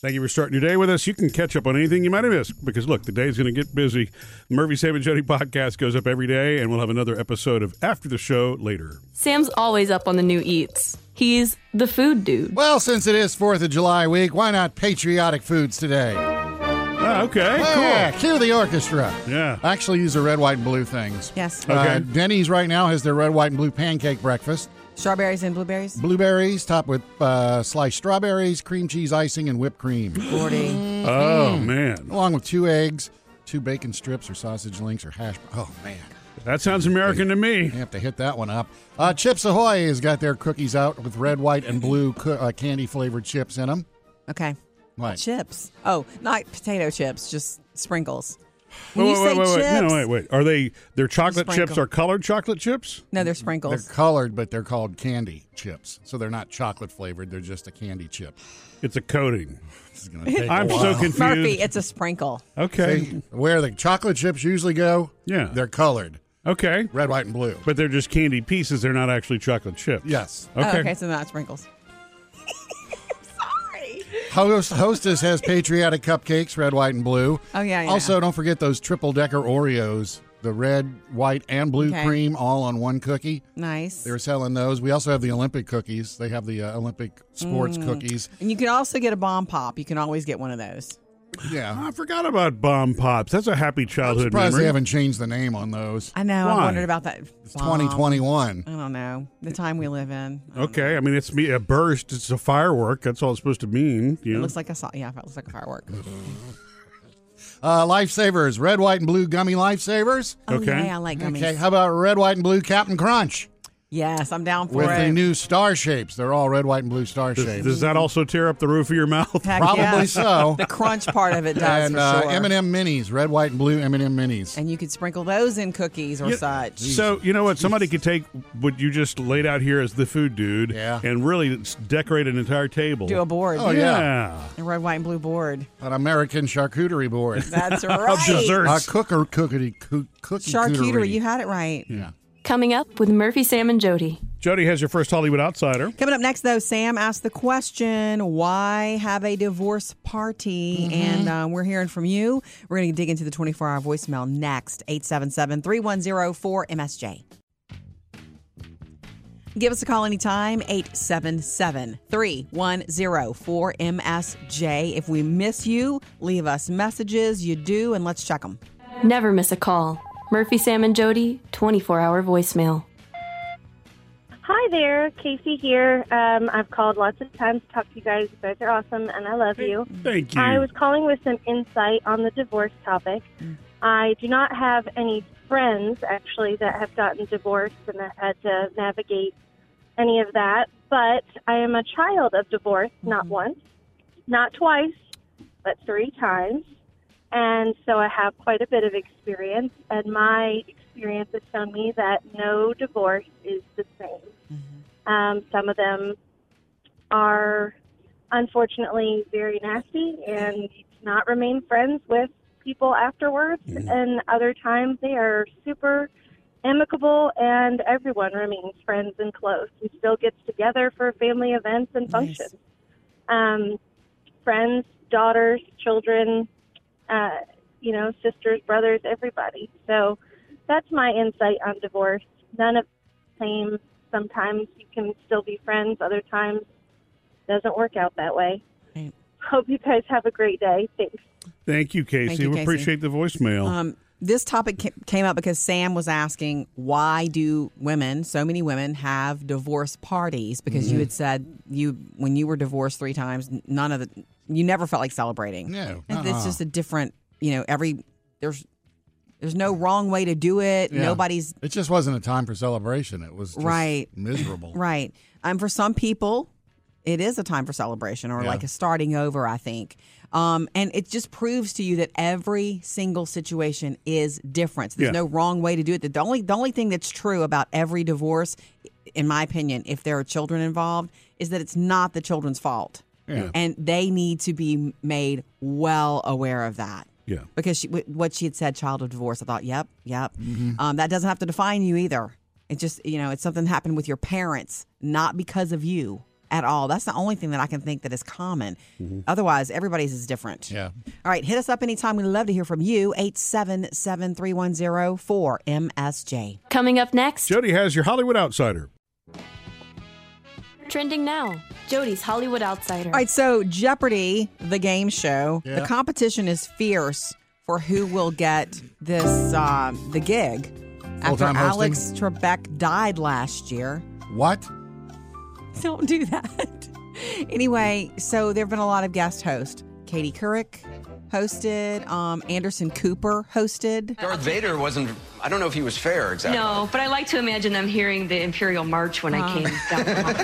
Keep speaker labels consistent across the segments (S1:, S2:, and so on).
S1: Thank you for starting your day with us. You can catch up on anything you might have missed because, look, the day's going to get busy. The Murphy, Sam, and Jody podcast goes up every day, and we'll have another episode of After the Show later.
S2: Sam's always up on the new eats. He's the food dude.
S3: Well, since it is 4th of July week, why not patriotic foods today?
S1: Ah, okay,
S3: Yeah, cue the orchestra.
S1: cool. Yeah.
S3: I actually use the red, white, and blue things.
S4: Yes.
S3: Uh,
S1: Okay.
S3: Denny's right now has their red, white, and blue pancake breakfast.
S4: Strawberries and blueberries.
S3: Blueberries topped with uh, sliced strawberries, cream cheese icing, and whipped cream,
S4: Forty.
S1: Oh, man.
S3: along with two eggs, two bacon strips, or sausage links, or hash. Oh man,
S1: That sounds American to me.
S3: you have to hit that one up. Uh, chips Ahoy has got their cookies out with red, white, and blue co- uh, candy flavored chips in them.
S4: Okay.
S3: Right.
S4: Chips. Oh, not potato chips, just sprinkles. When
S1: Wait,
S4: you
S1: wait,
S4: say
S1: wait, wait,
S4: chips,
S1: No, wait, wait. Are they, their chocolate chips
S4: Sprinkle.
S1: are colored chocolate chips?
S4: no, they're
S3: They're
S4: sprinkles.
S3: colored, but they're called candy chips. So they're not chocolate flavored. They're just a candy chip.
S1: It's a coating.
S3: This is going to take
S1: I'm
S3: a
S1: so
S3: while.
S1: confused.
S4: Murphy, it's a sprinkle.
S1: Okay.
S3: They- where the chocolate chips usually go,
S1: Yeah.
S3: they're colored,
S1: Okay.
S3: red, white, and blue.
S1: But they're just candy pieces. They're not actually chocolate chips.
S3: Yes.
S1: Okay.
S4: Oh, okay, so not sprinkles. Sorry.
S3: Host, hostess has patriotic cupcakes, red, white, and blue.
S4: Oh, yeah, yeah.
S3: Also, don't forget those triple decker Oreos, the red, white, and blue
S4: Okay.
S3: cream, all on one cookie.
S4: Nice.
S3: They were selling those. We also have the Olympic cookies. They have the uh, Olympic sports
S1: Mm.
S3: cookies.
S4: and you can also get a bomb pop. You can always get one of those.
S3: Yeah.
S1: I forgot about bomb pops. That's a happy
S3: I'm
S1: childhood
S3: surprised
S1: Ah, memory.
S3: they haven't changed the name on those.
S4: I know.
S1: Why?
S4: I wondered about that.
S3: It's 2021.
S4: I don't know. The time we live in. I don't
S1: okay. I mean, it's me a burst. It's a firework. That's all it's supposed to mean. You
S4: know. It
S1: know?
S4: looks like a saw. Yeah, it looks like a firework.
S3: Uh, lifesavers, red, white, and blue gummy lifesavers.
S4: Oh,
S1: Okay.
S4: yeah, I like gummies.
S3: Okay, how about red, white, and blue Captain Crunch
S4: Yes, I'm down for
S3: with
S4: it.
S3: the new star shapes? They're all red, white, and blue star
S1: does,
S3: shapes.
S1: does that also tear up the roof of your mouth?
S4: Heck
S3: Probably
S4: yeah.
S3: so.
S4: The crunch part of it does
S3: and
S4: for
S3: uh,
S4: sure.
S3: M&M minis, red, white, and blue M&M minis.
S4: And you could sprinkle those in cookies or
S1: You-
S4: such.
S1: So you know what? Somebody could take what you just laid out here as the food dude,
S3: Yeah.
S1: and really s- decorate an entire table.
S4: Do a board.
S3: Oh, yeah.
S1: yeah.
S4: A red, white, and blue board.
S3: An American charcuterie board.
S4: That's
S1: Of
S4: right.
S1: desserts.
S3: A cooker cookie coo- cookie
S4: Charcuterie.
S3: cooterie.
S4: You had it right.
S3: yeah.
S2: Coming up with Murphy, Sam, and Jody.
S1: Jody has your first Hollywood outsider.
S4: Coming up next, though, Sam asked the question why have a divorce party? And um, we're hearing from you. We're going to dig into the 24 hour voicemail next 877 310 4MSJ. Give us a call anytime, 877 310 4MSJ. If we miss you, leave us messages. You do, and let's check them.
S2: Never miss a call. Murphy, Sam, and Jody, 24 hour voicemail.
S5: Hi there, Casey here. Um, I've called lots of times to talk to you guys. You guys are awesome, and I love you.
S1: Thank you.
S5: I was calling with some insight on the divorce topic. I do not have any friends, actually, that have gotten divorced and have had to navigate any of that, but I am a child of divorce, not
S1: Mm-hmm.
S5: once, not twice, but three times. And so I have quite a bit of experience, and my experience has shown me that no divorce is the same. Um, some of them are unfortunately very nasty and you do not remain friends with people afterwards. And other times they are super amicable and everyone remains friends and close and still gets together for family events and functions. Um, friends, daughters, children, uh, you know, sisters, brothers, everybody. So that's my insight on divorce. None of the same. Sometimes you can still be friends, other times doesn't work out that way.
S4: Right.
S5: Hope you guys have a great day. Thanks.
S1: Thank you, Casey.
S4: you,
S1: we
S4: Casey.
S1: appreciate the voicemail.
S4: Um, this topic ca- came up because Sam was asking why do women, so many women, have divorce parties? Because
S3: Mm-hmm.
S4: you had said you when you were divorced three times, n- none of the you never felt like celebrating.
S3: No,
S4: And
S3: uh-uh.
S4: it's just a different. You know, every there's there's no wrong way to do it.
S3: Yeah.
S4: Nobody's
S3: It just wasn't a time for celebration. It was just
S4: Right.
S3: miserable.
S4: Right. Um, for some people, it is a time for celebration or
S3: Yeah.
S4: like a starting over, I think. Um, and it just proves to you that every single situation is different. There's
S1: Yeah.
S4: no wrong way to do it. The only the only thing that's true about every divorce, in my opinion, if there are children involved, is that it's not the children's fault.
S3: Yeah.
S4: And they need to be made well aware of that
S1: yeah.
S4: because she, wh- what she had said, child of divorce. I thought, yep, yep.
S3: Mm-hmm.
S4: Um, that doesn't have to define you either. It just, you know, it's something that happened with your parents, not because of you. at all. That's the only thing that I can think that is common. Otherwise, everybody's is different.
S3: Mm-hmm. Yeah.
S4: All right, hit us up anytime. We'd love to hear from you. 877 310 4MSJ.
S2: Coming up next,
S1: Jody has your Hollywood Outsider.
S2: trending now. Jody's Hollywood Outsider.
S4: All right, so Jeopardy, the game show.
S3: Yeah.
S4: The competition is fierce for who will get this uh, the gig. After
S3: Full-time hosting?
S4: Alex Trebek died last year.
S3: What?
S4: Don't do that. anyway, so there have been a lot of guest hosts. Katie Couric hosted. Um, Anderson Cooper hosted.
S6: Darth Vader wasn't. I don't know if he was fair exactly.
S7: No, but I like to imagine them hearing the Imperial March when I came down.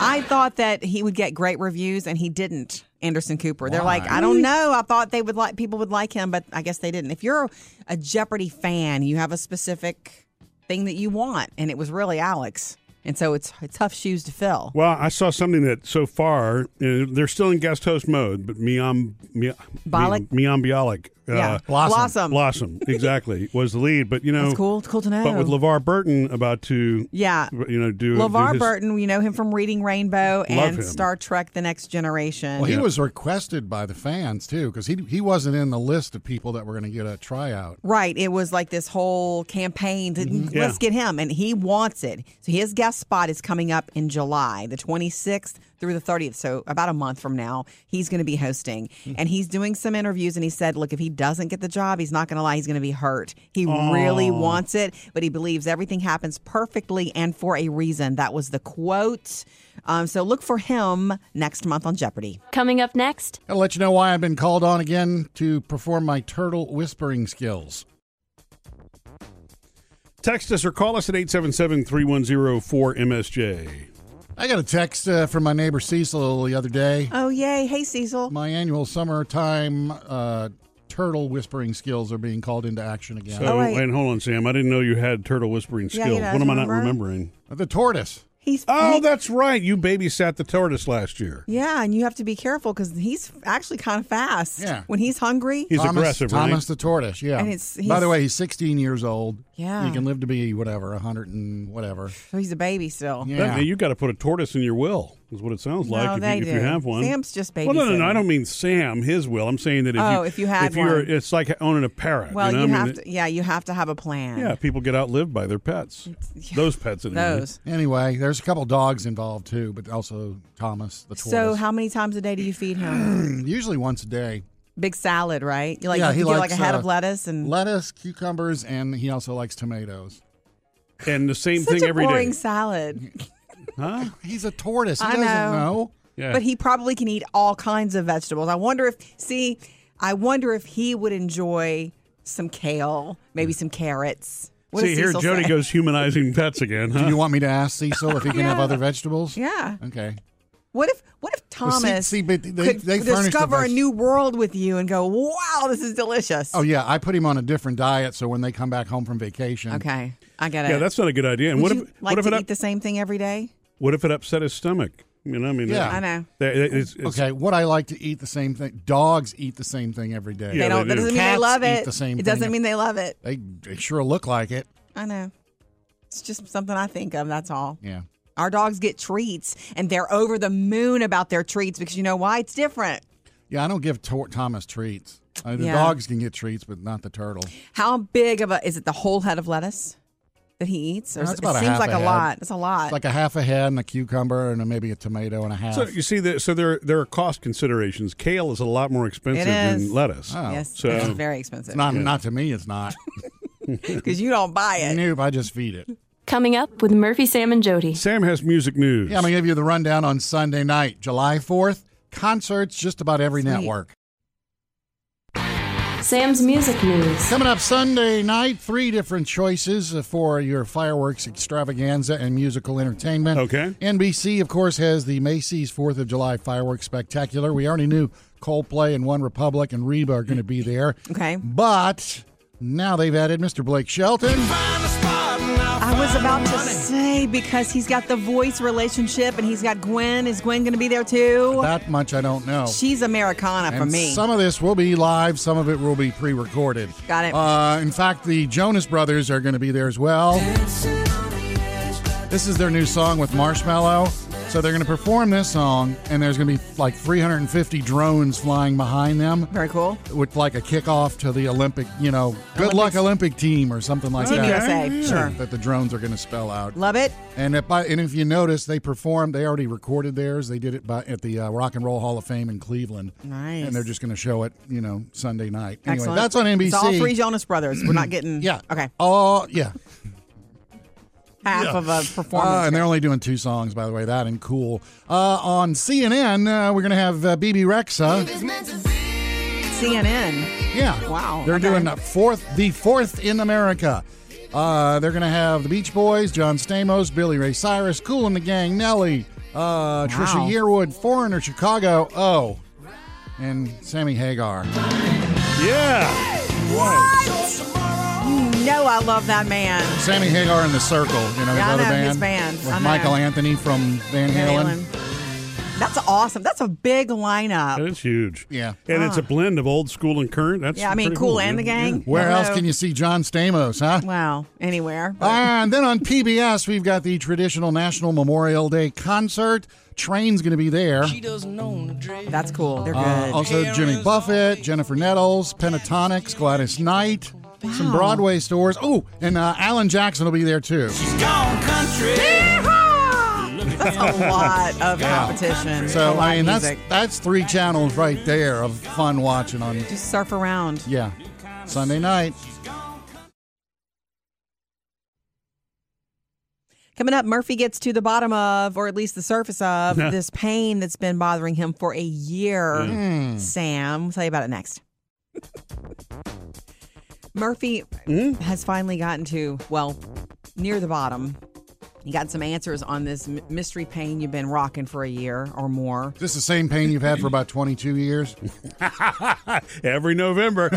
S4: I thought that he would get great reviews, and he didn't. Anderson Cooper. They're like, I don't know. I thought they would like people would like him, but I guess they didn't. If you're a Jeopardy fan, you have a specific thing that you want, and it was really Alex, and so it's it's tough shoes to fill.
S1: Well, I saw something that so far uh, they're still in guest host mode, but Miam Miam
S4: Bialik?
S1: Miam Bialik, uh,
S4: yeah,
S3: Blossom.
S1: Blossom, exactly was the lead. But you know,
S4: That's cool. It's cool to know.
S1: But with LeVar Burton about to,
S4: Yeah.
S1: you know, do do
S4: LeVar
S1: his-
S4: Burton, we know him from Reading Rainbow
S1: him.
S4: and Star Trek The Next Generation.
S3: Well, he was requested by the fans too, because he he wasn't in the list of people that were going to get a tryout.
S4: right. It was like this whole campaign to let's
S1: Mm-hmm. Yeah.
S4: get him, and he wants it. So his guest spot is coming up in July, the 26th through the 30th. So about a month from now, he's going to be hosting.
S1: Mm.
S4: And he's doing some interviews, and he said, look, if he doesn't get the job, he's not going to lie. He's going to be hurt. He really wants it, but he believes everything happens perfectly and for a reason. That was the quote. Um, so look for him next month on Jeopardy.
S2: Coming up next,
S3: I'll let you know why I've been called on again to perform my turtle whispering skills.
S1: Text us or call us at 877-310-4MSJ.
S3: I got a text uh, from my neighbor Cecil the other day.
S4: Oh, yay. Hey, Cecil.
S3: My annual summertime uh, turtle whispering skills are being called into action again.
S1: So,
S4: Oh, wait.
S1: and hold on, Sam. I didn't know you had turtle whispering
S4: Yeah,
S1: skills.
S4: he does,
S1: what am I not
S4: remember?
S1: remembering?
S3: Uh, the tortoise.
S4: He's
S1: Oh,
S4: he-
S1: that's right. You babysat the tortoise last year.
S4: yeah, and you have to be careful because he's actually kind of fast.
S3: Yeah.
S4: when he's hungry.
S1: He's
S3: Thomas,
S1: aggressive, right?
S3: Thomas the tortoise, yeah.
S4: And it's-
S3: By
S4: he's-
S3: the way, he's 16 years old.
S4: Yeah.
S3: He can live to be whatever, 100 and whatever.
S4: so he's a baby still.
S1: That-
S3: Yeah.
S1: you got to put a tortoise in your will, is what it sounds
S4: No,
S1: like. if,
S4: they
S1: you, if you
S4: do.
S1: have one,
S4: Sam's just
S1: Well, no, no, no.
S4: babysitting.
S1: I don't mean Sam. His will. I'm saying that if
S4: Oh,
S1: you,
S4: if you had
S1: you're,
S4: one.
S1: it's like owning a parrot.
S4: Well,
S1: you,
S4: you,
S1: know? I mean,
S4: have
S1: it-
S4: to. Yeah, you have to have a plan.
S1: Yeah, people get outlived by their pets. Those pets, anyway.
S4: those.
S3: Anyway, there's a couple dogs involved too, but also Thomas the tortoise. Hmm,
S4: So how many times a day do you feed him?
S3: Usually once a day.
S4: Big salad, right? You like
S3: Yeah,
S4: you
S3: he
S4: get like
S3: likes,
S4: a head
S3: uh,
S4: of lettuce and
S3: Lettuce, cucumbers, and he also likes tomatoes.
S1: And the same
S4: such
S1: thing
S4: a
S1: every day.
S4: boring salad.
S1: Huh?
S3: He's a tortoise. He
S4: I
S3: doesn't know.
S4: know.
S1: Yeah.
S4: But he probably can eat all kinds of vegetables. I wonder if see, I wonder if he would enjoy some kale, maybe some carrots. What
S1: Mm. See
S4: does
S1: here,
S4: Cecil
S1: Jody
S4: say?
S1: goes humanizing pets again.
S3: Do
S1: Huh?
S3: you want me to ask Cecil if he can have
S4: Yeah.
S3: other vegetables?
S4: Yeah.
S3: Okay.
S4: What if what if
S3: Well, see-
S4: Thomas
S3: see, but they-
S4: could
S3: they furnish the
S4: discover a
S3: veg-
S4: new world with you and go, "Wow, this is delicious."
S3: Oh yeah, I put him on a different diet, so when they come back home from vacation,
S4: okay. I get it.
S1: yeah, that's not a good idea. And
S4: Would
S1: what
S4: you
S1: if
S4: like
S1: what if
S4: to
S1: it
S4: eat
S1: up,
S4: the same thing every day?
S1: what if it upset his stomach? You know, I mean,
S3: Yeah.
S1: they-
S4: I know.
S1: they- they- it's- it's-
S3: Okay, what I like to eat the same thing. Dogs eat the same thing every day.
S1: Yeah,
S4: they don't.
S1: they
S4: that
S1: do.
S4: doesn't mean they
S3: Cats
S4: love
S3: eat
S4: it.
S3: the same
S4: it
S3: thing.
S4: doesn't mean they love it.
S3: They, they sure look like it.
S4: I know. It's just something I think of. That's all.
S3: Yeah.
S4: Our dogs get treats, and they're over the moon about their treats because you know why? It's different.
S3: Yeah, I don't give Tor- Thomas treats. Uh, the
S4: Yeah.
S3: dogs can get treats, but not the turtle.
S4: How big of a is it? The whole head of lettuce that he eats? Or
S3: That's
S4: is-
S3: about a
S4: it seems
S3: half
S4: like
S3: a
S4: a,
S3: head.
S4: lot. It's a lot.
S3: It's like a half a head and a cucumber and a, maybe a tomato and a half.
S1: So you see, that so there there are cost considerations. Kale is a lot more expensive
S4: It
S1: than
S4: is.
S1: lettuce.
S3: Oh.
S4: yes,
S1: so-
S4: it's very expensive
S3: not, not to me, it's not.
S4: because you don't buy it.
S3: Nope, I just feed it.
S2: coming up with Murphy, Sam, and Jody.
S1: Sam has music news.
S3: Yeah, I'm going to give you the rundown on Sunday night, July 4th. Concerts just about every network.
S2: Sam's music news.
S3: Coming up Sunday night, three different choices for your fireworks extravaganza and musical entertainment.
S1: Okay.
S3: NBC, of course, has the Macy's 4th of July Fireworks Spectacular. We already knew Coldplay and One Republic and Reba are going to be there.
S4: Okay.
S3: But now they've added Mr. Blake Shelton.
S4: I was about to say because he's got the voice relationship and he's got Gwen. Is Gwen going to be there too?
S3: That much I don't know.
S4: She's Americana for
S3: And
S4: me.
S3: Some of this will be live, some of it will be pre recorded.
S4: Got it.
S3: Uh, in fact, the Jonas Brothers are going to be there as well. This is their new song with Marshmallow. So they're going to perform this song, and there's going to be like 350 drones flying behind them
S4: Very cool.
S3: with like a kickoff to the Olympic, you know, good luck
S4: Olympics.
S3: Olympic team or something like
S4: Team
S3: that.
S4: USA,
S1: yeah.
S4: sure.
S3: That the drones are going to spell out.
S4: Love it.
S3: And if I, and if you notice, they performed. They already recorded theirs. They did it by, at the uh, Rock and Roll Hall of Fame in Cleveland.
S4: Nice.
S3: And they're just going to show it, you know, Sunday night. Anyway,
S4: Excellent.
S3: that's on NBC.
S4: It's all three Jonas Brothers. We're not getting
S3: Mm. yeah.
S4: Okay.
S3: Oh yeah.
S4: Half of a performance.
S3: Uh, and they're only doing two songs, by the way. That and cool. Uh, on CNN, uh, we're going to have uh, BB Rexa. Uh,
S4: CNN.
S3: Yeah.
S4: Wow,
S3: They're
S4: okay.
S3: doing the fourth, the fourth in America. Uh, they're going to have the Beach Boys, John Stamos, Billy Ray Cyrus, Cool and the Gang, Nelly, uh, Trisha Yearwood, Foreigner, Chicago. Oh, and Sammy Hagar.
S1: Yeah.
S4: You know I love that man.
S3: Sammy Hagar in the Circle. You know his
S4: Yeah, I
S3: other
S4: know,
S3: band.
S4: his band.
S3: With
S4: I know.
S3: Michael Anthony from Van Halen.
S4: That's awesome. That's a big lineup.
S1: That is huge.
S3: Yeah. Ah.
S1: And it's a blend of old school and current. That's
S4: Yeah, I mean,
S1: pretty
S4: Kool
S1: cool yeah,
S4: and the Gang.
S1: yeah.
S3: Where else
S4: Hello.
S3: can you see John Stamos, huh?
S4: Wow. Anywhere.
S3: And then on PBS, we've got the traditional National Memorial Day concert. Train's going to be there.
S4: That's cool. They're good.
S3: Uh, also, Jimmy Buffett, Jennifer Nettles, Pentatonics, Gladys Knight, some Broadway stores. Oh, and uh, Alan Jackson will be there too.
S4: That's a lot of competition.
S3: So
S4: a lot
S3: I mean,
S4: of
S3: that's
S4: music.
S3: that's three channels right there of fun watching on.
S4: just surf around.
S3: Yeah, Sunday night.
S4: Coming up, Murphy gets to the bottom of, or at least the surface of, this pain that's been bothering him for a year.
S3: Hmm.
S4: Sam, we'll tell you about it next. Murphy
S3: Hmm?
S4: has finally gotten to, well, near the bottom. He got some answers on this m- mystery pain you've been rocking for a year or more.
S3: This is the same pain you've had for about 22 years. Oh,
S1: Every November.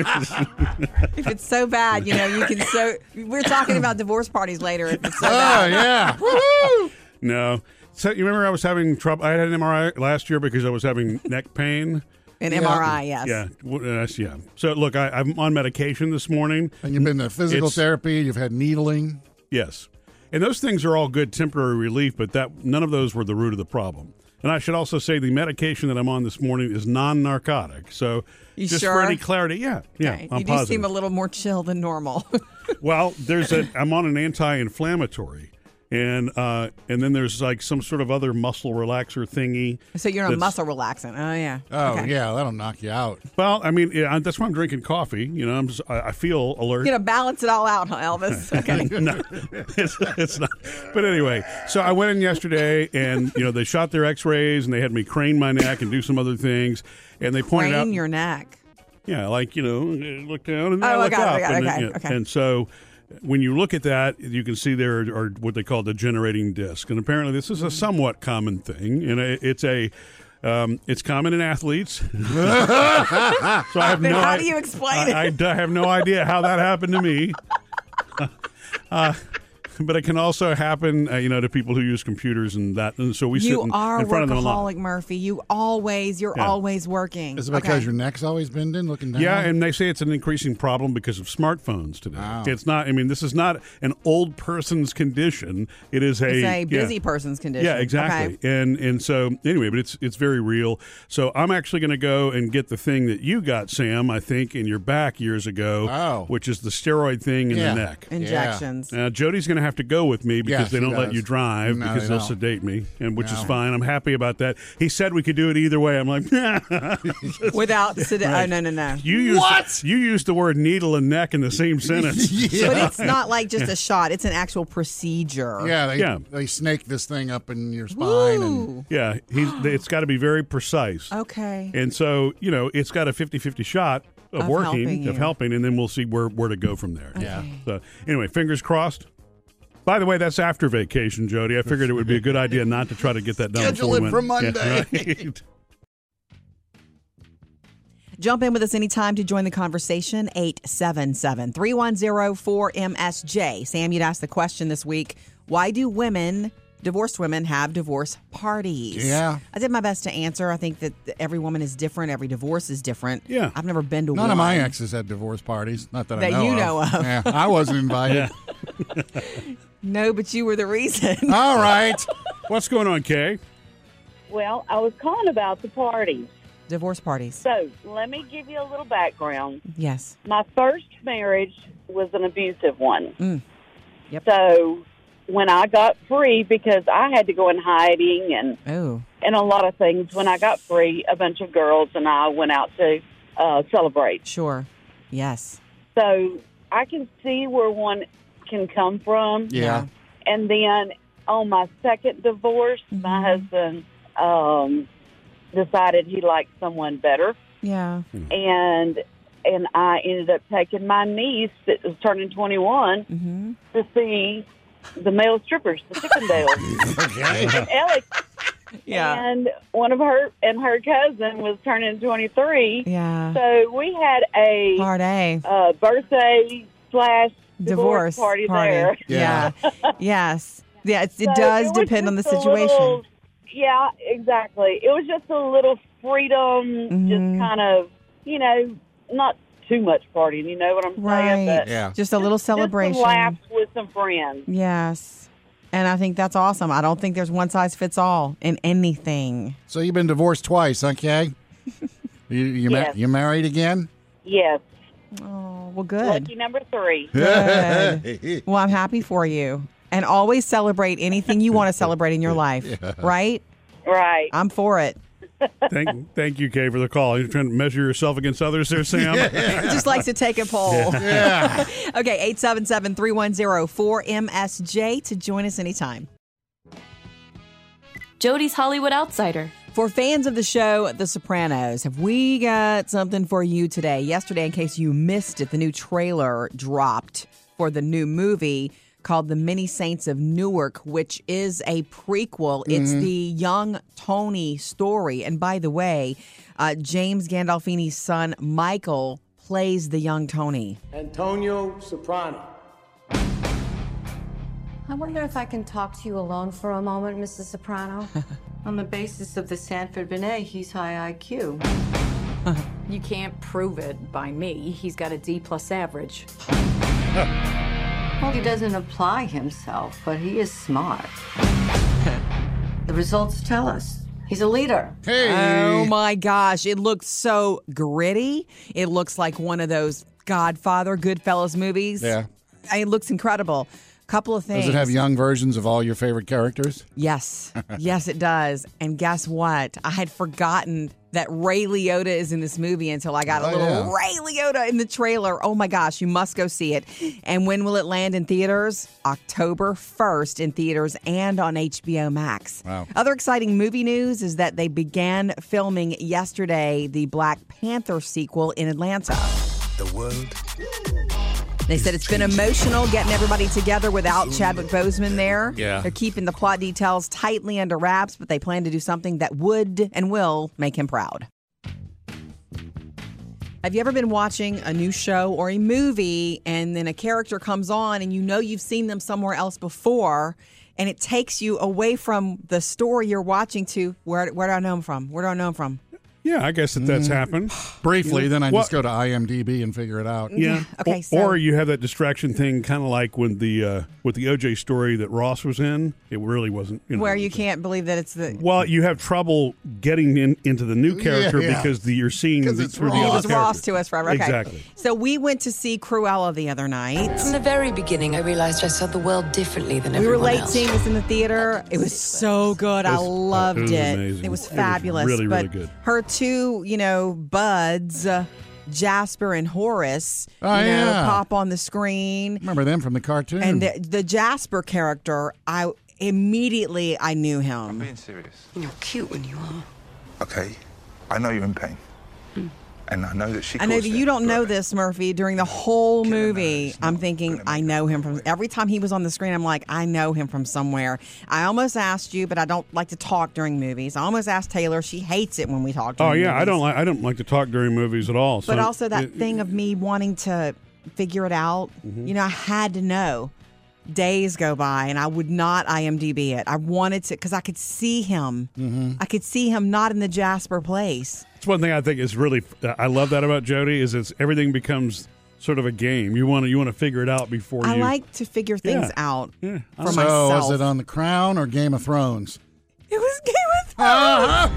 S4: If it's so bad, you know, you can so. We're talking about divorce parties later. If it's so bad.
S3: Oh yeah.
S1: no. So you remember I was having trouble. I had an MRI last year because I was having neck pain.
S4: An
S3: Yeah.
S4: MRI, yes.
S1: Yeah. Well, That's yeah. So look, I, I'm on medication this morning.
S3: And you've been to physical
S1: It's-
S3: therapy. You've had needling.
S1: Yes. And those things are all good temporary relief, but that none of those were the root of the problem. And I should also say the medication that I'm on this morning is non-narcotic. So
S4: You
S1: just
S4: sure?
S1: for any clarity, yeah, yeah,
S4: Okay.
S1: I'm
S4: You do
S1: positive.
S4: seem a little more chill than normal.
S1: Well, there's a I'm on an anti-inflammatory, and uh, and then there's like some sort of other muscle relaxer thingy.
S4: So you're on a
S1: that's-
S4: muscle relaxant. Oh yeah.
S3: Oh
S4: Okay.
S3: yeah, that'll knock you out.
S1: Well, I mean, yeah, that's why I'm drinking coffee. You know, I'm just, I, I feel alert.
S4: You gotta balance it all out, huh, Elvis. Okay.
S1: no, it's, it's not. But anyway, so I went in yesterday, and you know they shot their X-rays, and they had me crane my neck and do some other things, and they pointed out,
S4: Crane your neck.
S1: yeah, like you know, look down and then
S4: Oh,
S1: I
S4: I
S1: look
S4: got it, I
S1: up,
S4: got it,
S1: and,
S4: okay,
S1: yeah,
S4: okay.
S1: and so. When you look at that, you can see there are what they call the generating disc, and apparently this
S4: Mm-hmm.
S1: is a somewhat common thing, and it- it's a um, it's common in athletes. so I have
S4: Then
S1: no.
S4: how
S1: i-
S4: do you explain
S1: I, I have no idea how that happened to me. Uh, but it can also happen, uh, you know, to people who use computers and that. And so we sit
S4: You
S1: in,
S4: are
S1: in front of them a lot.
S4: workaholic, Murphy. You always, you're
S1: Yeah.
S4: always working.
S3: Is it because your neck's always bending, looking down?
S1: Yeah, and they say it's an increasing problem because of smartphones today.
S3: Uh-huh. Wow.
S1: It's not. I mean, this is not an old person's condition. It is a,
S4: It's a busy
S1: yeah.
S4: person's condition.
S1: Yeah, exactly.
S4: Okay.
S1: And and so anyway, but it's it's very real. So I'm actually going to go and get the thing that you got, Sam. I think in your back years ago,
S3: Wow.
S1: which is the steroid thing in
S3: Oh.
S1: the
S3: Yeah.
S1: neck.
S4: Injections.
S1: Now, Jody's going to have to go with me because
S3: Yeah,
S1: they
S3: she
S1: don't let
S3: does.
S1: you drive
S3: No,
S1: because
S3: they
S1: they'll
S3: don't.
S1: sedate me, and which is
S3: No.
S1: fine. I'm happy about that. He said we could do it either way. I'm like,
S4: Without sed- oh no no no.
S1: you used what? You used the word needle and neck in the same sentence.
S4: But it's not like just a shot. It's an actual procedure.
S3: Yeah, they
S1: Yeah.
S3: they snake this thing up in your spine and
S4: Woo.
S1: Yeah, he's, it's got to be very precise.
S4: Oh. Okay.
S1: And so, you know, it's got a 50-50 shot of,
S4: Of
S1: working,
S4: helping
S1: of
S4: you.
S1: helping, and then we'll see where, where to go from there.
S3: Yeah.
S1: So anyway, fingers crossed. By the way, that's after vacation, Jody. I figured it would be a good idea not to try to get that done.
S3: Schedule
S1: before we
S3: it for
S1: went- Yeah, right.
S4: Jump in with us anytime to join the conversation. 877 310 4MSJ. Sam, you'd asked the question this week why do women, divorced women, have divorce parties?
S3: Yeah.
S4: I did my best to answer. I think that every woman is different, every divorce is different.
S1: Yeah.
S4: I've never been to one.
S3: None of my exes had divorce parties. Not that, I
S4: That
S3: know
S4: you
S3: of.
S4: know of.
S3: Yeah, I wasn't invited.
S4: No, but you were the reason.
S3: All right.
S1: What's going on, Kay?
S8: Well, I was calling about the parties.
S4: Divorce parties.
S8: So let me give you a little background.
S4: Yes.
S8: My first marriage was an abusive one.
S4: Mm. Yep.
S8: So when I got free, because I had to go in hiding and,
S4: Oh.
S8: and a lot of things, when I got free, a bunch of girls and I went out to uh, celebrate.
S4: Sure. Yes.
S8: So I can see where one can come from.
S3: Yeah.
S8: And then on my second divorce,
S4: Mm-hmm.
S8: my husband um, decided he liked someone better.
S4: Yeah.
S8: and and I ended up taking my niece that was turning 21 to see the male strippers, the Chippendales,
S3: Okay.
S1: Uh,
S8: in Ellis.
S4: Yeah.
S8: And one of her and her cousin was turning 23.
S4: Yeah.
S8: So we had a
S4: Part A.
S8: uh, birthday slash
S4: Divorce
S8: divorce, party, there.
S4: Yeah. yes. Yeah. It, it
S8: So
S4: does
S8: it was
S4: depend on the
S8: just a
S4: situation.
S8: little- yeah, exactly. It was just a little freedom,
S4: Mm-hmm.
S8: just kind of, you know, not too much partying. You know what I'm
S4: Right.
S8: saying? But
S3: Yeah.
S4: Just a little celebration.
S8: Just some laughs with some friends.
S4: Yes. And I think that's awesome. I don't think there's one size fits all in anything.
S3: So you've been divorced twice, okay? You you, ma-
S8: Yes.
S3: you married again?
S8: Yes.
S4: Oh, well, good.
S8: Lucky number three.
S4: Good. well, I'm happy for you. And always celebrate anything you want to celebrate in your life, right?
S8: Right.
S4: I'm for it.
S1: Thank, thank you, Kay, for the call. You're trying to measure yourself against others there, Sam.
S4: Just likes to take a poll.
S3: Yeah.
S4: Okay, 877 310 4MSJ to join us anytime.
S2: Jody's Hollywood Outsider.
S4: For fans of the show The Sopranos, have we got something for you today? Yesterday, in case you missed it, the new trailer dropped for the new movie called The Many Saints of Newark, which is a prequel. It's
S3: Mm-hmm.
S4: the young Tony story. And by the way, uh, James Gandolfini's son, Michael, plays the young Tony.
S9: Antonio Soprano.
S10: I wonder if I can talk to you alone for a moment, Mrs. Soprano.
S11: On the basis of the Sanford Binet, he's high IQ. you can't prove it by me. He's got a D plus average. well, he doesn't apply himself, but he is smart. the results tell us he's a leader.
S3: Hey.
S4: Oh my gosh, it looks so gritty. It looks like one of those Godfather, Goodfellas movies.
S3: Yeah.
S4: It looks incredible. Couple of things.
S3: Does it have young versions of all your favorite characters?
S4: Yes. yes, it does. And guess what? I had forgotten that Ray Liotta is in this movie until I got a
S3: Oh,
S4: little
S3: yeah.
S4: Ray Liotta in the trailer. Oh my gosh, you must go see it. And when will it land in theaters? October 1st in theaters and on HBO Max.
S3: Wow.
S4: Other exciting movie news is that they began filming yesterday the Black Panther sequel in Atlanta.
S9: The world.
S4: They said it's been emotional getting everybody together without Chadwick Boseman there.
S3: Yeah.
S4: They're keeping the plot details tightly under wraps, but they plan to do something that would and will make him proud. Have you ever been watching a new show or a movie and then a character comes on and you know you've seen them somewhere else before and it takes you away from the story you're watching to where where do I know him from? Where do I know him from?
S1: yeah, I guess that that's happened.
S4: Mm.
S3: Briefly, then I
S1: What-
S3: just go to IMDb and figure it out.
S1: Yeah.
S4: Okay,
S1: Or,
S4: so-
S1: or you have that distraction thing, kind of like when the uh, with the OJ story that Ross was in. It really wasn't. You know,
S4: Where you can't believe that it's the
S1: Well, you have trouble getting in, into the new character
S3: yeah.
S1: because the, you're seeing
S3: 'Cause
S1: the,
S3: it's
S1: through the
S3: Ross.
S4: it
S1: other
S4: was
S1: character.
S4: Ross Oh, to us forever. Okay.
S1: Exactly.
S4: So we went to see Cruella the other night.
S11: From the very beginning, I realized I saw the world differently than
S4: We were
S11: everyone
S4: late
S11: else.
S4: seeing this in the theater. It was so good. I
S1: was- uh,
S4: loved
S1: it
S4: it.
S1: was amazing.
S4: It was
S1: It was
S4: fabulous.
S1: really,
S4: but
S1: really good.
S4: her two, you know, buds, uh, Jasper and Horace,
S3: Oh,
S4: you know,
S3: yeah.
S4: pop on the screen.
S3: Remember them from the cartoon?
S4: And uh, the, the Jasper character, I immediately I knew him.
S9: Being serious.
S11: You're cute when you are.
S9: Okay, I know you're in pain. And I know that she.
S4: Hmm. I know
S9: caused
S4: that
S9: it,
S4: you don't
S9: but-
S4: know this, Murphy. During the whole
S9: Killing her
S4: movie,
S9: is
S4: I'm
S9: not
S4: thinking,
S9: gonna make
S4: I
S9: her
S4: know
S9: go
S4: him from
S9: away.
S4: every time he was on the screen. I'm like, I know him from somewhere. I almost asked you, but I don't like to talk during movies. I almost asked Taylor. She hates it when we talk.
S1: Oh
S4: during
S1: yeah, I
S4: movies.
S1: don't like I don't like to talk during movies at all. so
S4: But also that
S1: it-
S4: thing of me wanting to figure it out.
S1: Mm-hmm.
S4: You know, I had to know. Days go by and I would not IMDb it. I wanted to because I could see him.
S1: Mm-hmm.
S4: I could see him not in the Jasper place.
S1: uh, It's one thing I think is really I love that about Jody is it's everything becomes sort of a game. You want to you want to figure it out before
S4: I
S1: you.
S4: like to figure things
S1: Yeah.
S4: out
S1: Yeah.
S4: for
S3: so
S4: myself.
S3: is it on The Crown or Game of Thrones?
S4: It was Game of Thrones.
S3: Uh-huh.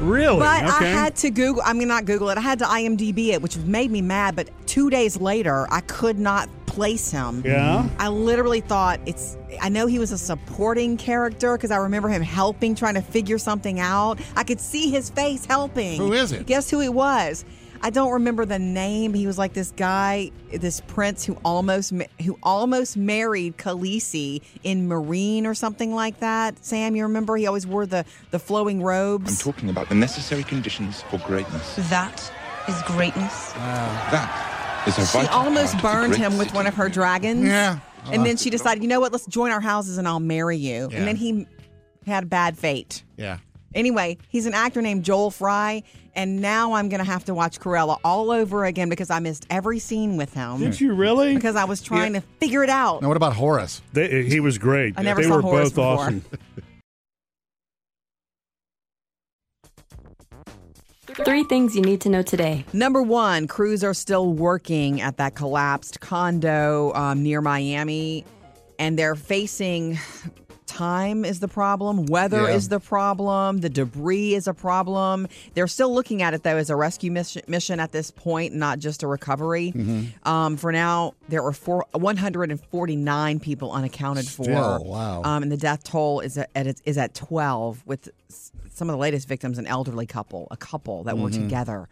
S1: Really?
S4: But I
S1: okay.
S4: had to Google, I mean, not Google it, I had to IMDb it, which made me mad. But two days later, I could not place him.
S1: Yeah?
S4: I literally thought it's, I know he was a supporting character because I remember him helping, trying to figure something out. I could see his face helping.
S3: Who is it?
S4: Guess who it was? I don't remember the name. He was like this guy, this prince who almost ma- who almost married Khaleesi in Marine or something like that. Sam, you remember? He always wore the the flowing
S9: I'm
S4: robes.
S9: talking about the necessary conditions for greatness.
S4: That is greatness.
S9: That is a
S4: She
S9: vital
S4: almost
S9: part of the
S4: burned
S9: great
S4: him with one of her dragons.
S9: Yeah.
S4: And then she decided, you know what? Let's join our houses and I'll marry you.
S3: Yeah.
S4: And then he had a bad fate.
S3: Yeah.
S4: Anyway, he's an actor named Joel Fry, and now I'm going to have to watch Cruella all over again because I missed every scene with him.
S1: Did you really?
S4: Because I was trying to figure it out.
S3: Now, what about Horace?
S1: They, he was great.
S4: I never
S1: they
S4: saw
S1: were
S4: Horace
S1: both
S4: before.
S1: awesome.
S2: Three things you need to know today.
S4: Number one, crews are still working at that collapsed condo um, near Miami, and they're facing time is the problem, weather
S12: Yeah.
S4: is the problem, the debris is a problem. They're still looking at it though as a rescue mission, mission at this point, not just a recovery.
S3: Mm-hmm.
S4: Um, for now, there were four, 149 people unaccounted
S3: Still,
S4: for.
S3: wow.
S4: Um, and the death toll is at, at is at 12, with s- some of the latest victims an elderly couple, a couple that were
S3: Mhm.
S4: together,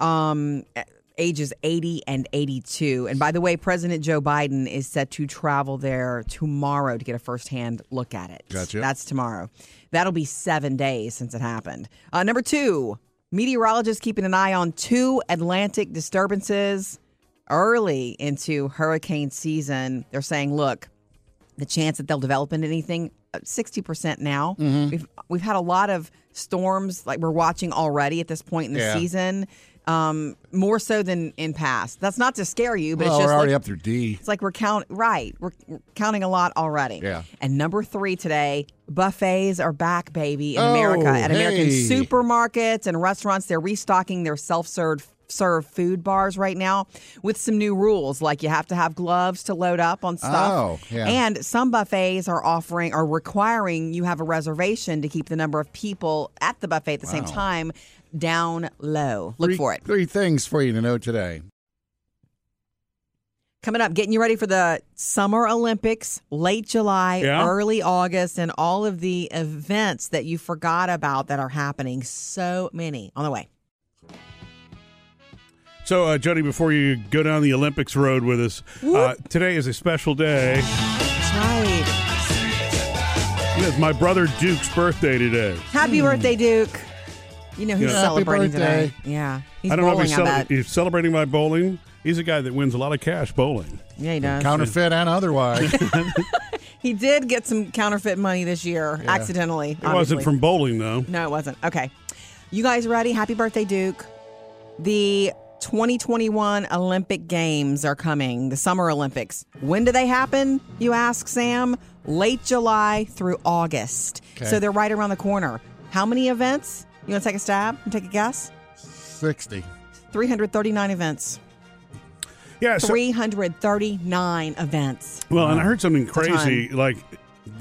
S4: um, a- ages 80 and 82. And by the way, President Joe Biden is set to travel there tomorrow to get a firsthand look at it.
S3: Gotcha.
S4: That's tomorrow. That'll be seven days since it happened. Uh, number two, meteorologists keeping an eye on two Atlantic disturbances early into hurricane season. They're saying, look, the chance that they'll develop into anything uh, 60% now.
S3: Mm-hmm.
S4: We've we've had a lot of storms like we're watching already at this point in the
S3: Yeah.
S4: season. Um, more so than in past. That's not to scare you, but
S3: well,
S4: it's just
S3: we're already
S4: like,
S3: up through D.
S4: it's like we're count right. We're, we're counting a lot already.
S3: Yeah.
S4: And number three today, buffets are back, baby, in
S3: Oh,
S4: America at American
S3: hey.
S4: supermarkets and restaurants. They're restocking their self serve serve food bars right now with some new rules like you have to have gloves to load up on stuff
S3: Oh, yeah.
S4: and some buffets are offering or requiring you have a reservation to keep the number of people at the buffet at the same
S3: Wow.
S4: time down low look
S3: Three-
S4: for it
S3: Three things for you to know today.
S4: Coming up, getting you ready for the Summer Olympics, late July,
S3: Yeah.
S4: early August, and all of the events that you forgot about that are happening. So many on the way.
S1: So, uh, Jody, before you go down the Olympics road with us, uh, today is a special day.
S4: That's right.
S1: It is my brother Duke's birthday today.
S4: Happy birthday, Duke. You know who's
S1: Yeah. Hmm. Happy
S4: celebrating
S1: birthday.
S4: today. Yeah. He's
S1: I don't
S4: bowling,
S1: know if he's,
S4: I
S1: cele-
S4: bet.
S1: he's celebrating by bowling. He's a guy that wins a lot of cash bowling.
S4: Yeah, he does.
S3: Counterfeit and otherwise.
S4: He did get some counterfeit money this year,
S1: Yeah.
S4: accidentally.
S1: It wasn't
S4: obviously.
S1: from bowling, though.
S4: No, it wasn't. Okay. You guys ready? Happy birthday, Duke. The 2021 Olympic Games are coming, the Summer Olympics. When do they happen? You ask, Sam? Late July through August.
S3: Okay.
S4: So they're right around the corner. How many events? You want to take a stab and take a guess?
S3: 60.
S4: 339 events.
S1: Yeah, so-
S4: 339 events.
S1: Well, and I heard something
S4: a ton.
S1: crazy like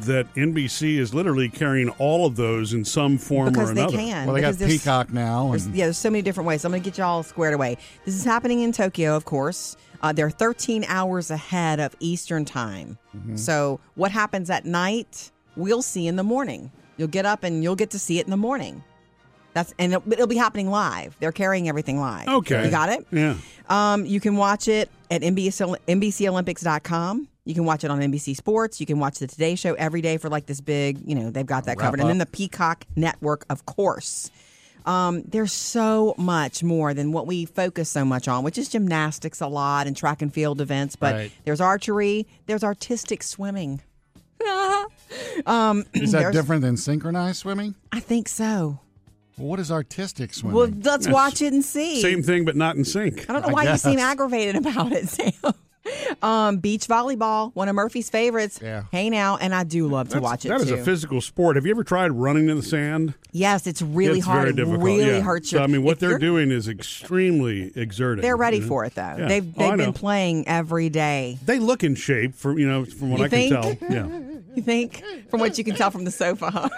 S1: that NBC is literally carrying all of those in some form
S4: Because
S1: or
S4: they
S1: another.
S4: can, Well, they got because there's- Peacock
S3: now.
S4: There's, yeah, there's so many different ways. I'm going to get you all squared away. This is happening in Tokyo, of course. Uh, they're 13 hours ahead of Eastern time. So what happens at night, we'll see in the morning. You'll get up and you'll get to see it in the morning. That's and it'll, it'll be happening live. They're carrying everything live.
S1: Okay.
S4: you got it.
S1: Yeah.
S4: Um, you can watch it at NBC, NBCOlympics.com. You can watch it on NBC Sports. You can watch the Today Show every day for like this big, you know, they've got that
S12: Wrap
S4: covered. And then the
S12: up.
S4: Peacock Network, of course. Um, there's so much more than what we focus so much on, which is gymnastics a lot and track and field events. But
S3: Right.
S4: there's archery, there's artistic swimming. um,
S3: Is that
S4: there's-
S3: different than synchronized swimming?
S4: I think so.
S3: Well, what is artistic swimming?
S4: Well, let's
S1: Yes.
S4: watch it and see.
S1: Same thing, but not in sync.
S4: I don't know why you seem aggravated about it, Sam. Um, beach volleyball, one of Murphy's favorites.
S1: Yeah.
S4: Hey now, and I do love to
S1: That's-
S4: watch it
S1: That
S4: too.
S1: is a physical sport. Have you ever tried running in the sand?
S4: yes, it's really
S1: it's
S4: hard.
S1: Very
S4: It
S1: difficult.
S4: Really
S1: yeah.
S4: hurts your.
S1: So, I mean, what
S4: if
S1: they're
S4: you're-
S1: doing is extremely exerting.
S4: They're ready
S1: you know?
S4: for it though.
S1: Yeah.
S4: They've
S1: Oh, I
S4: they've been
S1: know.
S4: playing every day.
S1: They look in shape, from you know, from what
S4: You
S1: I can
S4: think?
S1: tell. Yeah,
S4: You think? From what you can tell from the sofa, huh?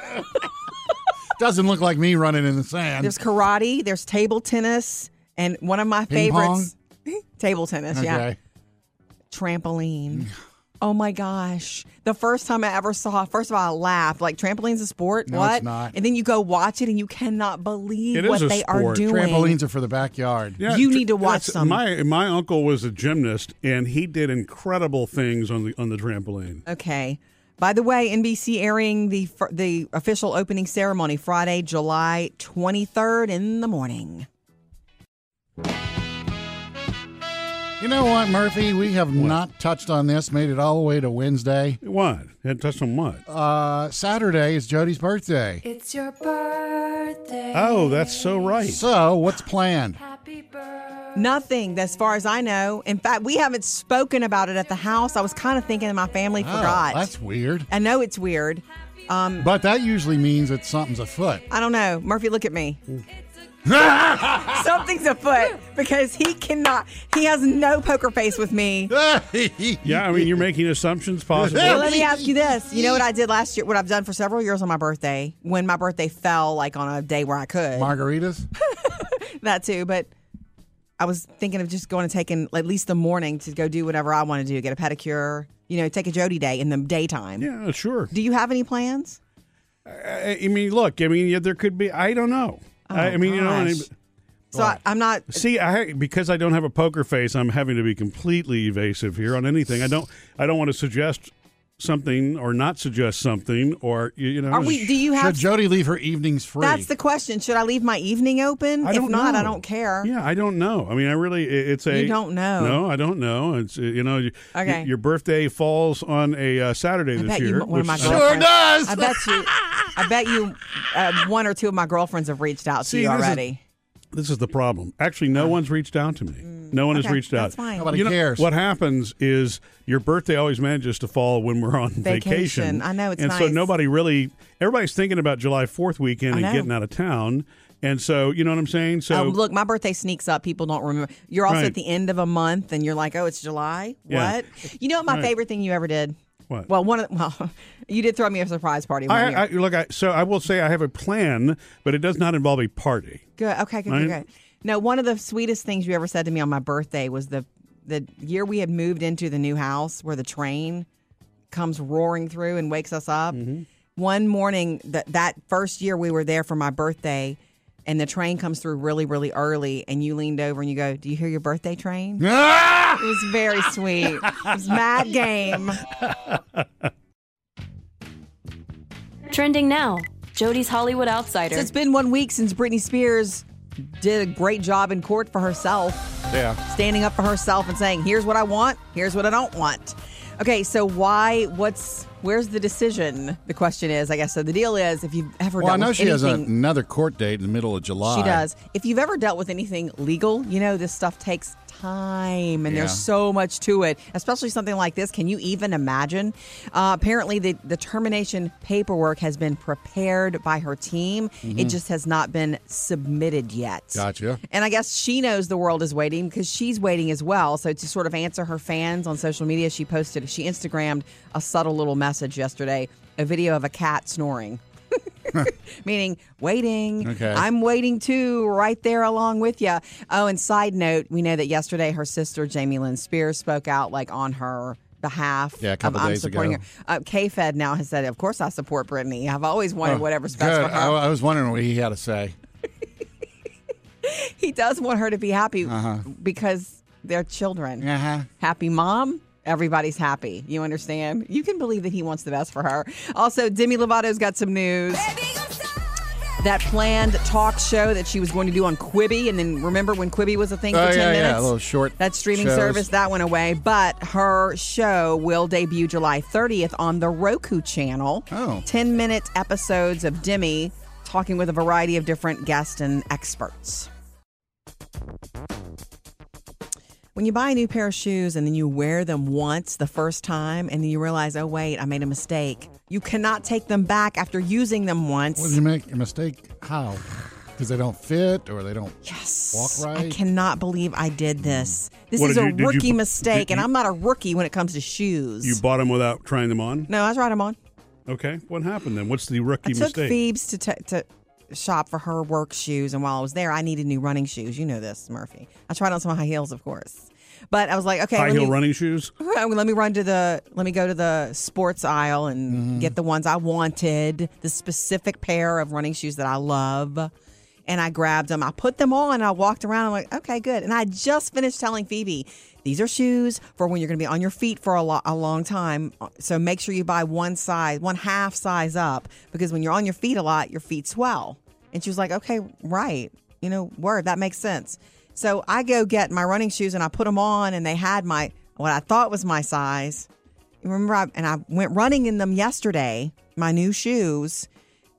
S3: Doesn't look like me running in the sand.
S4: There's karate, there's table tennis, and one of my
S3: Ping
S4: favorites table tennis, yeah.
S3: Okay.
S4: Trampoline. Oh my gosh. The first time I ever saw, first of all, I laughed. Like, trampoline's a sport.
S3: No,
S4: what?
S3: it's not.
S4: And then you go watch it and you cannot believe
S1: It is
S4: what
S1: a
S4: they are
S1: sport.
S4: doing.
S3: Trampolines are for the backyard.
S1: Yeah,
S4: You
S1: tr-
S4: need to watch
S1: that's-
S4: some.
S1: My my uncle was a gymnast, and he did incredible things on the on the trampoline.
S4: Okay. By the way, NBC airing the fir- the official opening ceremony Friday, July 23rd in the morning.
S3: You know what, Murphy? We have not touched on this. Made it all the way to Wednesday.
S1: What? Had touched on what?
S3: Uh, Saturday is Jody's birthday.
S12: It's your birthday.
S1: Oh, that's so right.
S3: So, what's planned?
S4: Nothing, as far as I know. In fact, we haven't spoken about it at the house. I was kind of thinking my family
S3: Oh,
S4: forgot.
S3: that's weird.
S4: I know it's weird. Um,
S3: But that usually means that something's afoot.
S4: I don't know. Murphy, look at me. Something's afoot because he cannot, he has no poker face with me.
S1: Yeah, I mean, you're making assumptions, possibly.
S4: Well, let me ask you this. You know what I did last year, what I've done for several years on my birthday, when my birthday fell like on a day where I could?
S3: Margaritas?
S4: that too, but I was thinking of just going and taking at least the morning to go do whatever I want to do, get a pedicure, you know, take a Jody day in the daytime.
S1: Yeah, sure.
S4: Do you have any plans?
S1: I I mean, look, I mean, yeah, there could be. I don't know. I, I mean, you know. and
S4: Oh, gosh.
S1: it-
S4: So I, I'm not.
S1: See, I because I don't have a poker face, I'm having to be completely evasive here on anything. I don't. I don't want to suggest something or not suggest something or you, you know.
S4: Are we? Do you have?
S3: Should Jody leave her evenings free?
S4: That's the question. Should I leave my evening open?
S1: I
S4: if
S1: don't
S4: not, I
S1: know.
S4: don't care.
S1: Yeah, I don't know. I mean, I really. it- It's a.
S4: You don't know.
S1: No, I don't know. It's uh, you know. you-
S4: Okay.
S1: y- your birthday falls on a uh, Saturday
S4: I
S1: this
S4: bet
S1: year.
S4: you one of my
S1: which-
S4: girlfriends.
S3: does.
S4: I bet you. I bet you. Uh, one or two of my girlfriends have reached out to
S1: See,
S4: you
S1: this is-
S4: already.
S1: This is the problem. Actually, no one's reached out to me. No one
S4: Ah. Mm. okay,
S1: has reached out.
S4: that's fine. Nobody
S1: You know,
S3: cares.
S1: What happens is your birthday always manages to fall when we're on vacation.
S4: Vacation. I know, it's
S1: and so
S4: nice.
S1: nobody really. Everybody's thinking about July Fourth weekend
S4: I
S1: and
S4: know.
S1: getting out of town. And so you know what I'm saying. So
S4: oh, look, my birthday sneaks up. People don't remember. You're also
S1: Right.
S4: at the end of a month, and you're like, "Oh, it's July."
S1: Yeah.
S4: What? You know what? My
S1: Right.
S4: favorite thing you ever did.
S1: What?
S4: Well, one of the, well, you did throw me a surprise party. One year.
S1: I, I look. I, so I will say I have a plan, but it does not involve a party.
S4: Good. Okay. Good. Good.
S1: Right?
S4: Good. No, one of the sweetest things you ever said to me on my birthday was the the year we had moved into the new house where the train comes roaring through and wakes us up. One morning that that first year we were there for my birthday, and the train comes through really really early, and you leaned over and you go, "Do you hear your birthday train?" it was very sweet. It was mad game.
S2: Trending now Jody's Hollywood Outsider.
S4: So it's been one week since Britney Spears did a great job in court for herself.
S3: Yeah.
S4: standing up for herself and saying, "Here's what I want. Here's what I don't want." Okay, so why? What's where's the decision? The question is, I guess. So the deal is, if you've ever
S3: Well, I
S4: dealt
S3: know
S4: with
S3: she has a-
S4: anything,
S3: another court date in the middle of July.
S4: she does. If you've ever dealt with anything legal, you know this stuff takes time, and
S3: Yeah.
S4: there's so much to it. Especially something like this. Can you even imagine? Uh, apparently, the the termination paperwork has been prepared by her team. It
S3: Mhm.
S4: just has not been submitted yet.
S3: Gotcha.
S4: And I guess she knows the world is waiting because she's waiting as well. So to sort of answer her fans on social media, she posted, she Instagrammed a subtle little message yesterday, a video of a cat snoring. Meaning, waiting.
S13: Okay.
S4: I'm waiting too, right there along with you. Oh, and side note, we know that yesterday her sister Jamie Lynn Spears spoke out like on her behalf.
S3: Yeah, a couple
S4: of, I'm
S3: days
S4: supporting
S3: ago.
S4: her. Uh, K-Fed now has said, of course I support Brittany. I've always wanted
S3: Oh,
S4: whatever's best
S3: good.
S4: for her.
S3: I, I was wondering what he had to say.
S4: he does want her to be happy
S3: Uh-huh.
S4: because they're children.
S3: Uh-huh.
S4: Happy mom. Everybody's happy. You understand? You can believe that he wants the best for her. Also, Demi Lovato's got some news. That planned talk show that she was going to do on Quibi, and then remember when Quibi was a thing for
S3: Oh,
S4: 10
S3: yeah,
S4: minutes?
S3: yeah, a little short.
S4: That streaming
S3: shows.
S4: service, that went away, but her show will debut July 30th on the Roku channel.
S3: Oh.
S4: 10 minute episodes of Demi talking with a variety of different guests and experts. when you buy a new pair of shoes and then you wear them once the first time and then you realize, oh, wait, I made a mistake, you cannot take them back after using them once.
S3: Well, you make a mistake. How? Because they don't fit or they don't walk right.
S4: I cannot believe I did this. This
S1: What
S4: is
S1: did
S4: a
S1: you- did you-
S4: rookie mistake,
S1: did
S4: and
S1: you-
S4: I'm not a rookie when it comes to shoes.
S1: You bought them without trying them on?
S4: no, I tried them on.
S1: Okay. What happened then? What's the rookie
S4: I took
S1: mistake?
S4: Phoebes to, t- to shop for her work shoes, and while I was there, I needed new running shoes. You know this, Murphy. I tried on some high heels, of course, but I was like, okay,
S1: High
S4: let
S1: heel
S4: me-
S1: running shoes?
S4: Well, let me run to the let me go to the sports aisle and get the ones I wanted, the specific pair of running shoes that I love. And I grabbed them. I put them on. And I walked around. I'm like, okay, good. And I just finished telling Phoebe, these are shoes for when you're going to be on your feet for a, lo- a long time. So make sure you buy one size, one half size up, because when you're on your feet a lot, your feet swell. And she was like, okay, right. You know, word, that makes sense. So I go get my running shoes and I put them on, and they had my what I thought was my size. Remember, I, and I went running in them yesterday, my new shoes.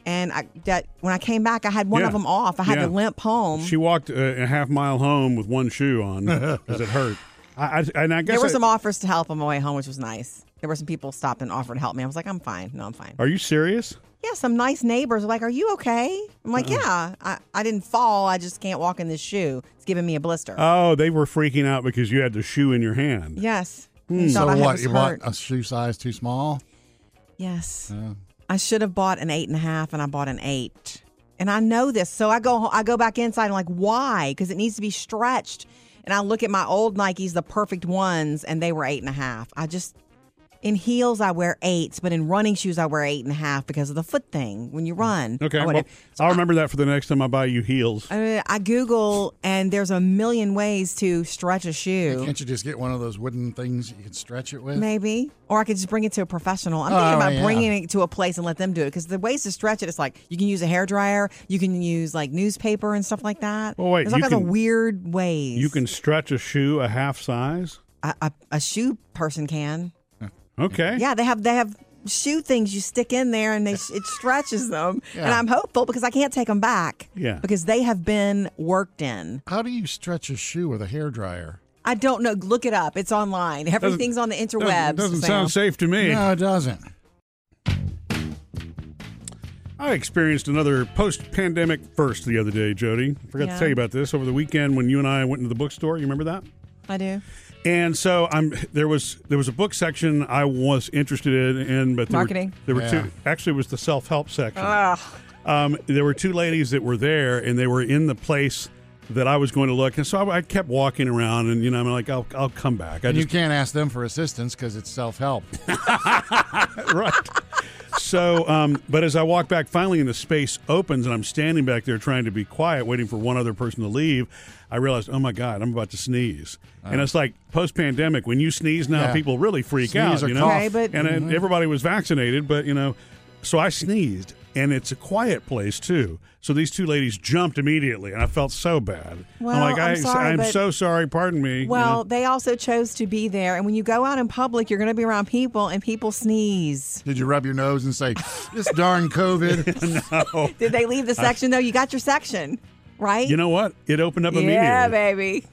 S4: And I that when I came back, I had one of
S1: Yeah.
S4: them off. I had
S1: Yeah.
S4: to limp home.
S1: She walked uh, a half mile home with one shoe on because it hurt. I, I, and I guess
S4: There were
S1: I-
S4: some offers to help on my way home, which was nice. There were some people stopped and offered to help me. I was like, I'm fine. No, I'm fine.
S1: Are you serious?
S4: Yeah, some nice neighbors were like, Are you okay? I'm like,
S1: Uh-uh.
S4: Yeah, I, I didn't fall. I just can't walk in this shoe. It's giving me a blister.
S1: Oh, they were freaking out because you had the shoe in your hand.
S4: yes.
S1: Hmm.
S4: They thought
S3: So
S4: I had-
S3: what?
S4: was
S3: You
S4: hurt.
S3: bought a shoe size too small?
S4: Yes.
S3: Yeah.
S4: I should have bought an eight and a half, and I bought an eight. And I know this, so I go ho- I go back inside. and like, why? Because it needs to be stretched. And I look at my old Nikes, the perfect ones, and they were eight and a half. I just in heels I wear eights, but in running shoes I wear eight and a half because of the foot thing when you run.
S1: Okay.
S4: I
S1: well, I'll remember that for the next time I buy you heels.
S4: Uh, I, I Google, and there's a million ways to stretch a shoe.
S3: Can't you just get one of those wooden things that you can stretch it with?
S4: Maybe. Or I could just bring it to a professional. I'm
S3: Oh,
S4: thinking about
S3: yeah.
S4: bringing it to a place and let them do it because the ways to stretch it, it's like you can use a hair dryer, you can use like newspaper and stuff like that.
S1: Well, wait,
S4: There's all
S1: you
S4: kinds of
S1: can-
S4: weird ways.
S1: You can stretch a shoe a half size.
S4: a, a, a shoe person can.
S1: Okay.
S4: Yeah, they have they have shoe things you stick in there and they it stretches them. And
S1: Yeah.
S4: I'm hopeful because I can't take them back.
S3: Yeah.
S4: Because they have been worked in.
S3: How do you stretch a shoe with a hair dryer?
S4: I don't know. Look it up. It's online. Everything's on the interwebs. Sam.
S1: safe to me.
S3: No, it doesn't.
S1: I experienced another post pandemic first the other day, Jody. I forgot
S4: Yeah.
S1: to tell you about this over the weekend when you and I went into the bookstore. You remember that?
S4: I do.
S1: And so I'm there was there was a book section I was interested in, but there
S4: Marketing.
S1: Were, there were
S4: Yeah.
S1: two. Actually, it was the self help section.
S4: Ugh.
S1: Um, there were two ladies that were there, and they were in the place that I was going to look. And so I, I kept walking around, and you know I'm like, I'll I'll come back. I
S3: And you
S1: just
S3: can't ask them for assistance because it's self help.
S1: right. So, um, but as I walk back, finally, and the space opens, and I'm standing back there trying to be quiet, waiting for one other person to leave, I realized, oh my God, I'm about to sneeze. and it's like post pandemic, when you sneeze now,
S3: Uh. Yeah.
S1: people really freak
S3: Sneeze
S1: out,
S3: or
S1: you know?
S3: cough. Okay, but-
S1: and uh,
S3: Mhm.
S1: everybody was vaccinated, but, you know, so I sneezed, and it's a quiet place, too. So these two ladies jumped immediately, and I felt so bad.
S4: Well,
S1: I'm like,
S4: I'm
S1: I,
S4: sorry,
S1: I'm
S4: but-
S1: so sorry, pardon me. you
S4: Well,
S1: know?
S4: they also chose to be there. And when you go out in public, you're going to be around people and people sneeze.
S3: Did you rub your nose and say, this darn COVID?
S1: no.
S4: Did they leave the section, though? You got your section, right?
S1: You know what? It opened up immediately.
S4: Yeah, baby.